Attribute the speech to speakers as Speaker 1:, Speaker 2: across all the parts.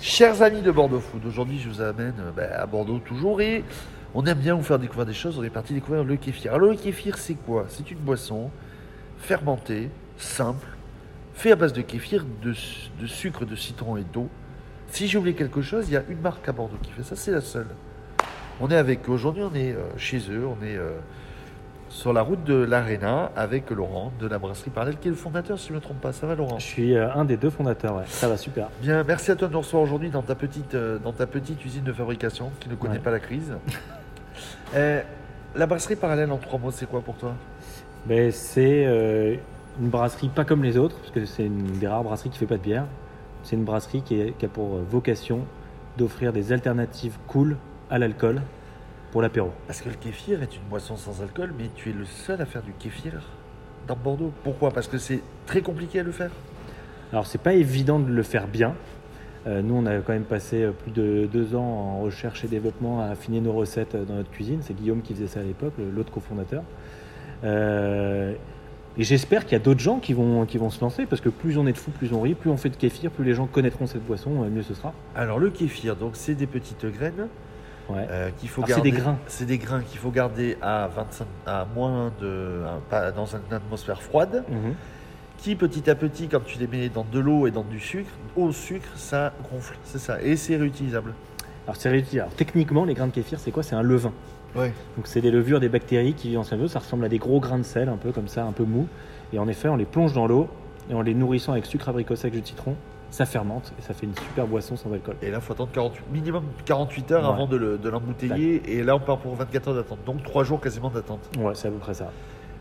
Speaker 1: Chers amis de Bordeaux Food, aujourd'hui je vous amène euh, ben, à Bordeaux toujours et on aime bien vous faire découvrir des choses. On est parti découvrir le kéfir. Alors le kéfir c'est quoi C'est une boisson fermentée, simple, fait à base de kéfir, de, su- de sucre, de citron et d'eau. Si j'ai oublié quelque chose, il y a une marque à Bordeaux qui fait ça, c'est la seule. On est avec eux. Aujourd'hui on est euh, chez eux, on est euh, sur la route de l'Arena avec Laurent de la brasserie Parallèle qui est le fondateur si je ne me trompe pas. Ça va Laurent
Speaker 2: Je suis euh, un des deux fondateurs, ouais. ça va super.
Speaker 1: Bien, merci à toi de nous recevoir aujourd'hui dans ta petite euh, dans ta petite usine de fabrication qui ne connaît
Speaker 2: Ouais.
Speaker 1: pas la crise. Euh, la brasserie parallèle en trois mots, c'est quoi pour toi
Speaker 2: Mais Ben, c'est euh, une brasserie pas comme les autres, parce que c'est une des rares brasseries qui fait pas de bière. C'est une brasserie qui, est- qui a pour euh, vocation d'offrir des alternatives cool à l'alcool pour l'apéro.
Speaker 1: Parce que le kéfir est une boisson sans alcool, mais tu es le seul à faire du kéfir dans Bordeaux. Pourquoi Parce que c'est très compliqué à le faire.
Speaker 2: Alors c'est pas évident de le faire bien. Euh, nous, on a quand même passé euh, plus de deux ans en recherche et développement à affiner nos recettes euh, dans notre cuisine. C'est Guillaume qui faisait ça à l'époque, le- l'autre cofondateur. Euh, et j'espère qu'il y a d'autres gens qui vont, qui vont se lancer parce que plus on est de fous, plus on rit, plus on fait de kéfir, plus les gens connaîtront cette boisson, euh, mieux ce sera.
Speaker 1: Alors le kéfir, donc c'est des petites graines
Speaker 2: Ouais.
Speaker 1: euh, qu'il faut
Speaker 2: Alors, c'est
Speaker 1: garder.
Speaker 2: des grains.
Speaker 1: C'est des grains qu'il faut garder à 25, à moins de, à- pas- dans une atmosphère froide.
Speaker 2: Mhm.
Speaker 1: qui petit à petit, quand tu les mets dans de l'eau et dans du sucre, au sucre, ça gonfle, c'est ça, et c'est réutilisable.
Speaker 2: Alors, c'est réussi. Alors, techniquement, les grains de kéfir, c'est quoi C'est un levain.
Speaker 1: Ouais.
Speaker 2: Donc c'est des levures, des bactéries qui vivent en cerveau, ça ressemble à des gros grains de sel, un peu comme ça, un peu mou. Et en effet, on les plonge dans l'eau et en les nourrissant avec sucre, abricot sec, jus de citron, ça fermente et ça fait une super boisson sans alcool.
Speaker 1: Et là, faut attendre 48, minimum 48 heures
Speaker 2: Ouais.
Speaker 1: avant de le- de l'embouteiller, et là, on part pour 24 heures d'attente, donc 3 jours quasiment d'attente.
Speaker 2: Ouais, c'est à peu près ça.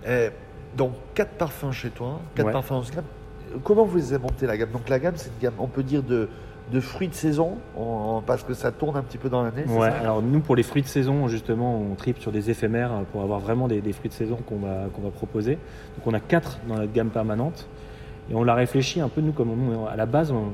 Speaker 1: Eh, donc, 4 parfums chez toi, 4
Speaker 2: Ouais.
Speaker 1: parfums en gamme. Comment vous les avez montés, la gamme Donc, la gamme, c'est une gamme, on peut dire, de, de fruits de saison, en- parce que ça tourne un petit peu dans l'année. c'est
Speaker 2: Ouais.
Speaker 1: ça
Speaker 2: Alors nous, pour les fruits de saison, justement, on tripe sur des éphémères euh, pour avoir vraiment des, des fruits de saison qu'on va, qu'on va proposer. Donc on a quatre dans notre gamme permanente. Et on l'a réfléchi un peu, nous, comme on, à la base, on,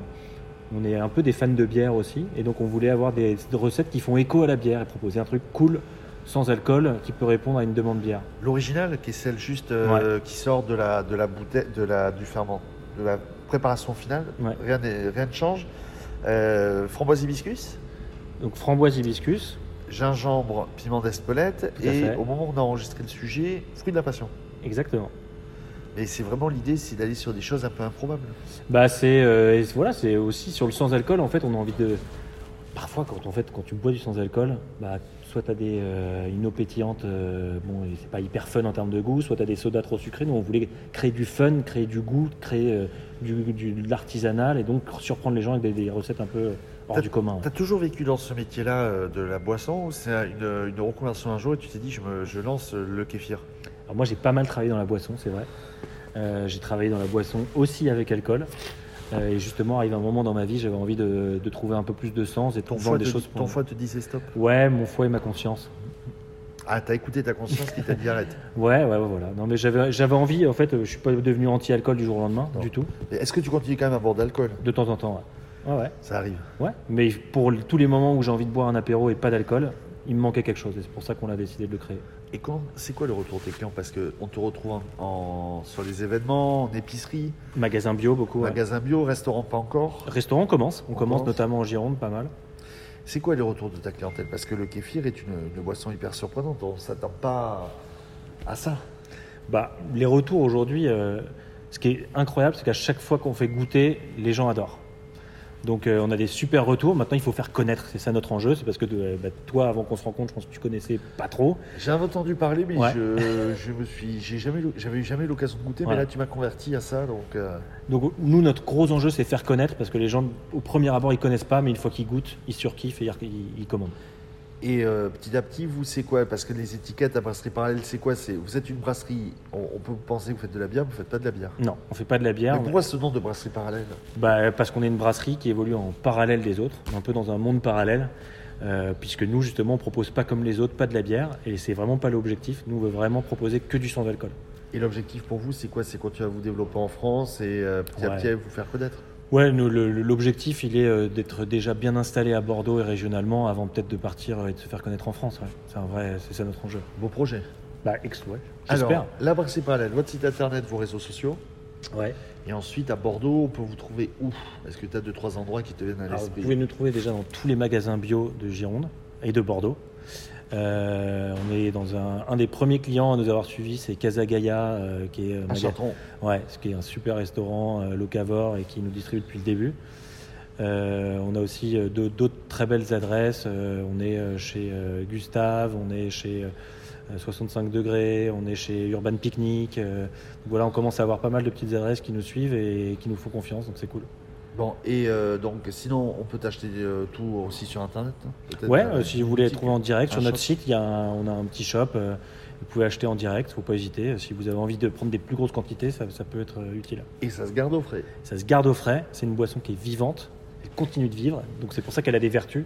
Speaker 2: on est un peu des fans de bière aussi. Et donc on voulait avoir des recettes qui font écho à la bière et proposer un truc cool, sans alcool, qui peut répondre à une demande bière.
Speaker 1: L'original, qui est celle juste euh, qui sort de la, de la bouteille, de la, du ferment, de la préparation finale,
Speaker 2: Ouais.
Speaker 1: rien, n'est- rien ne change. Euh, framboise hibiscus,
Speaker 2: Donc framboise hibiscus,
Speaker 1: gingembre, piment d'Espelette,
Speaker 2: Tout à
Speaker 1: et
Speaker 2: fait.
Speaker 1: au moment où on a enregistré le sujet, fruit de la passion.
Speaker 2: exactement.
Speaker 1: Et c'est vraiment l'idée, c'est d'aller sur des choses un peu improbables.
Speaker 2: Bah c'est euh, et voilà, c'est aussi sur le sans alcool en fait, on a envie de parfois quand en fait quand tu bois du sans alcool, bah soit tu as des euh, une eau pétillante euh, bon, et c'est pas hyper fun en termes de goût, soit tu as des sodas trop sucrés, nous on voulait créer du fun, créer du goût, créer euh, du, du- de l'artisanal et donc surprendre les gens avec des, des recettes un peu euh, hors du commun.
Speaker 1: T'as toujours vécu dans ce métier-là euh, de la boisson, ou c'est une, une reconversion un jour et tu t'es dit, je, me- je lance euh, le kéfir
Speaker 2: Alors moi j'ai pas mal travaillé dans la boisson, c'est vrai. Euh, j'ai travaillé dans la boisson aussi avec alcool. Euh, et justement, arrive un moment dans ma vie, j'avais envie de, de trouver un peu plus de sens et de
Speaker 1: Ton,
Speaker 2: vendre
Speaker 1: foie
Speaker 2: des
Speaker 1: te,
Speaker 2: choses
Speaker 1: dit-
Speaker 2: pour
Speaker 1: ton foie te disait stop.
Speaker 2: Ouais, mon foie et ma conscience.
Speaker 1: Ah, t'as écouté ta conscience qui t'a dit arrête.
Speaker 2: Ouais, ouais, ouais, voilà. Non, mais j'avais j'avais envie, en fait, euh, je suis pas devenu anti-alcool du jour au lendemain,
Speaker 1: Non.
Speaker 2: du tout.
Speaker 1: Et Est-ce que tu continues quand même à boire d'alcool
Speaker 2: De temps en temps, ouais. Ouais, ouais.
Speaker 1: Ça arrive.
Speaker 2: ouais. Mais pour l- tous les moments où j'ai envie de boire un apéro et pas d'alcool, il me manquait quelque chose. Et c'est pour ça qu'on a décidé de le créer.
Speaker 1: Et quand, c'est quoi le retour de tes clients Parce qu'on te retrouve en, en- sur les événements, en épicerie,
Speaker 2: Magasin bio, beaucoup. ouais.
Speaker 1: magasin bio, restaurant pas encore.
Speaker 2: Restaurant, on commence. On,
Speaker 1: On
Speaker 2: commence
Speaker 1: commence.
Speaker 2: notamment en Gironde, pas mal.
Speaker 1: C'est quoi le retour de ta clientèle Parce que le kéfir est une, une boisson hyper surprenante. On ne s'attend pas à ça.
Speaker 2: Bah, les retours aujourd'hui, euh, ce qui est incroyable, c'est qu'à chaque fois qu'on fait goûter, les gens adorent. Donc euh, on a des super retours. Maintenant, il faut faire connaître. C'est ça notre enjeu. C'est parce que euh, bah, toi, avant qu'on se rencontre, je pense que tu connaissais pas trop.
Speaker 1: J'avais entendu parler, mais
Speaker 2: Ouais.
Speaker 1: je, je me suis, j'ai jamais, eu- j'avais eu jamais l'occasion de goûter.
Speaker 2: Ouais.
Speaker 1: Mais là, tu m'as converti à ça, donc euh,
Speaker 2: Donc nous, notre gros enjeu, c'est faire connaître, parce que les gens, au premier abord, ils connaissent pas, mais une fois qu'ils goûtent, ils surkiffent et ils, ils commandent.
Speaker 1: Et euh, petit à petit, vous, c'est quoi Parce que les étiquettes à brasserie parallèle, c'est quoi C'est vous êtes une brasserie. On, on peut penser que vous faites de la bière, mais vous faites pas de la bière.
Speaker 2: Non, on fait pas de la bière.
Speaker 1: Mais
Speaker 2: on-
Speaker 1: pourquoi ce nom de brasserie parallèle
Speaker 2: Bah, parce qu'on est une brasserie qui évolue en parallèle des autres, un peu dans un monde parallèle, euh, puisque nous, justement, on propose pas comme les autres, pas de la bière, et c'est vraiment pas l'objectif. Nous, on veut vraiment proposer que du sans alcool.
Speaker 1: Et l'objectif pour vous, c'est quoi C'est continuer à vous développer en France et euh, petit à
Speaker 2: Ouais.
Speaker 1: petit à vous faire connaître.
Speaker 2: Ouais, nous, le- le- l'objectif, il est euh, d'être déjà bien installé à Bordeaux et régionalement, avant peut-être de partir euh, et de se faire connaître en France. ouais. C'est un vrai, c'est ça notre enjeu.
Speaker 1: Vos projets.
Speaker 2: Bah, ex, ouais. J'espère.
Speaker 1: Alors, la brasserie parallèle, votre site internet, vos réseaux sociaux.
Speaker 2: Ouais.
Speaker 1: Et ensuite, à Bordeaux, on peut vous trouver où Est-ce que tu as deux, trois endroits qui te viennent à
Speaker 2: Alors, Ah, vous
Speaker 1: l'esprit
Speaker 2: pouvez nous trouver déjà dans tous les magasins bio de Gironde et de Bordeaux. Euh, on est dans un, un des premiers clients à nous avoir suivis, c'est Casa Gaia, euh, qui est euh,
Speaker 1: À
Speaker 2: maga-
Speaker 1: Chartron.
Speaker 2: ouais, ce qui est un super restaurant euh, locavore et qui nous distribue depuis le début. Euh, on a aussi euh, de- d'autres très belles adresses. Euh, on est euh, chez euh, Gustave, on est chez euh, 65 degrés, on est chez Urban Picnic. euh, donc voilà, on commence à avoir pas mal de petites adresses qui nous suivent et qui nous font confiance, donc c'est cool.
Speaker 1: Bon, et euh, donc, sinon, on peut t'acheter euh, tout aussi sur Internet hein, peut-être,
Speaker 2: Ouais,
Speaker 1: euh,
Speaker 2: euh, si vous voulez
Speaker 1: boutique.
Speaker 2: trouver en direct
Speaker 1: Un
Speaker 2: sur notre
Speaker 1: shop.
Speaker 2: site, il y a un- on a un petit shop. euh, vous pouvez acheter en direct, faut pas hésiter. Euh, Si vous avez envie de prendre des plus grosses quantités, ça, ça peut être euh, utile.
Speaker 1: Et ça se garde au frais.
Speaker 2: Ça se garde au frais. C'est une boisson qui est vivante. Elle continue de vivre. Donc c'est pour ça qu'elle a des vertus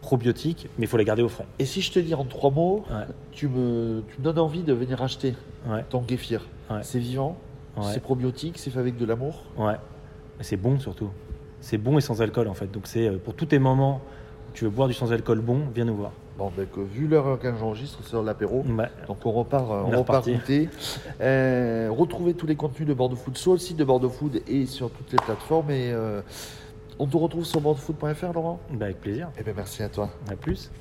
Speaker 2: probiotiques, mais il faut la garder au frais.
Speaker 1: Et si je te dis en trois mots,
Speaker 2: Ouais.
Speaker 1: tu me, tu me donnes envie de venir acheter
Speaker 2: Ouais.
Speaker 1: ton kéfir.
Speaker 2: Ouais.
Speaker 1: C'est vivant,
Speaker 2: Ouais.
Speaker 1: c'est probiotique, c'est fait avec de l'amour.
Speaker 2: Ouais. Et c'est bon surtout. C'est bon et sans alcool en fait. Donc c'est euh, pour tous tes moments où tu veux boire du sans alcool bon, viens nous voir. Bah,
Speaker 1: Bon, ben, que vu l'heure à laquelle j'enregistre, c'est l'heure de l'apéro.
Speaker 2: Ouais.
Speaker 1: Donc on repart, euh,
Speaker 2: On
Speaker 1: on
Speaker 2: est
Speaker 1: repart
Speaker 2: reparti.
Speaker 1: goûter. Euh, retrouvez tous les contenus de Bordeaux Food sur le site de Bordeaux Food et sur toutes les plateformes. Et euh, on te retrouve sur bordeauxfood.fr, Laurent.
Speaker 2: Bah, avec plaisir.
Speaker 1: Eh bien, merci à toi.
Speaker 2: À plus.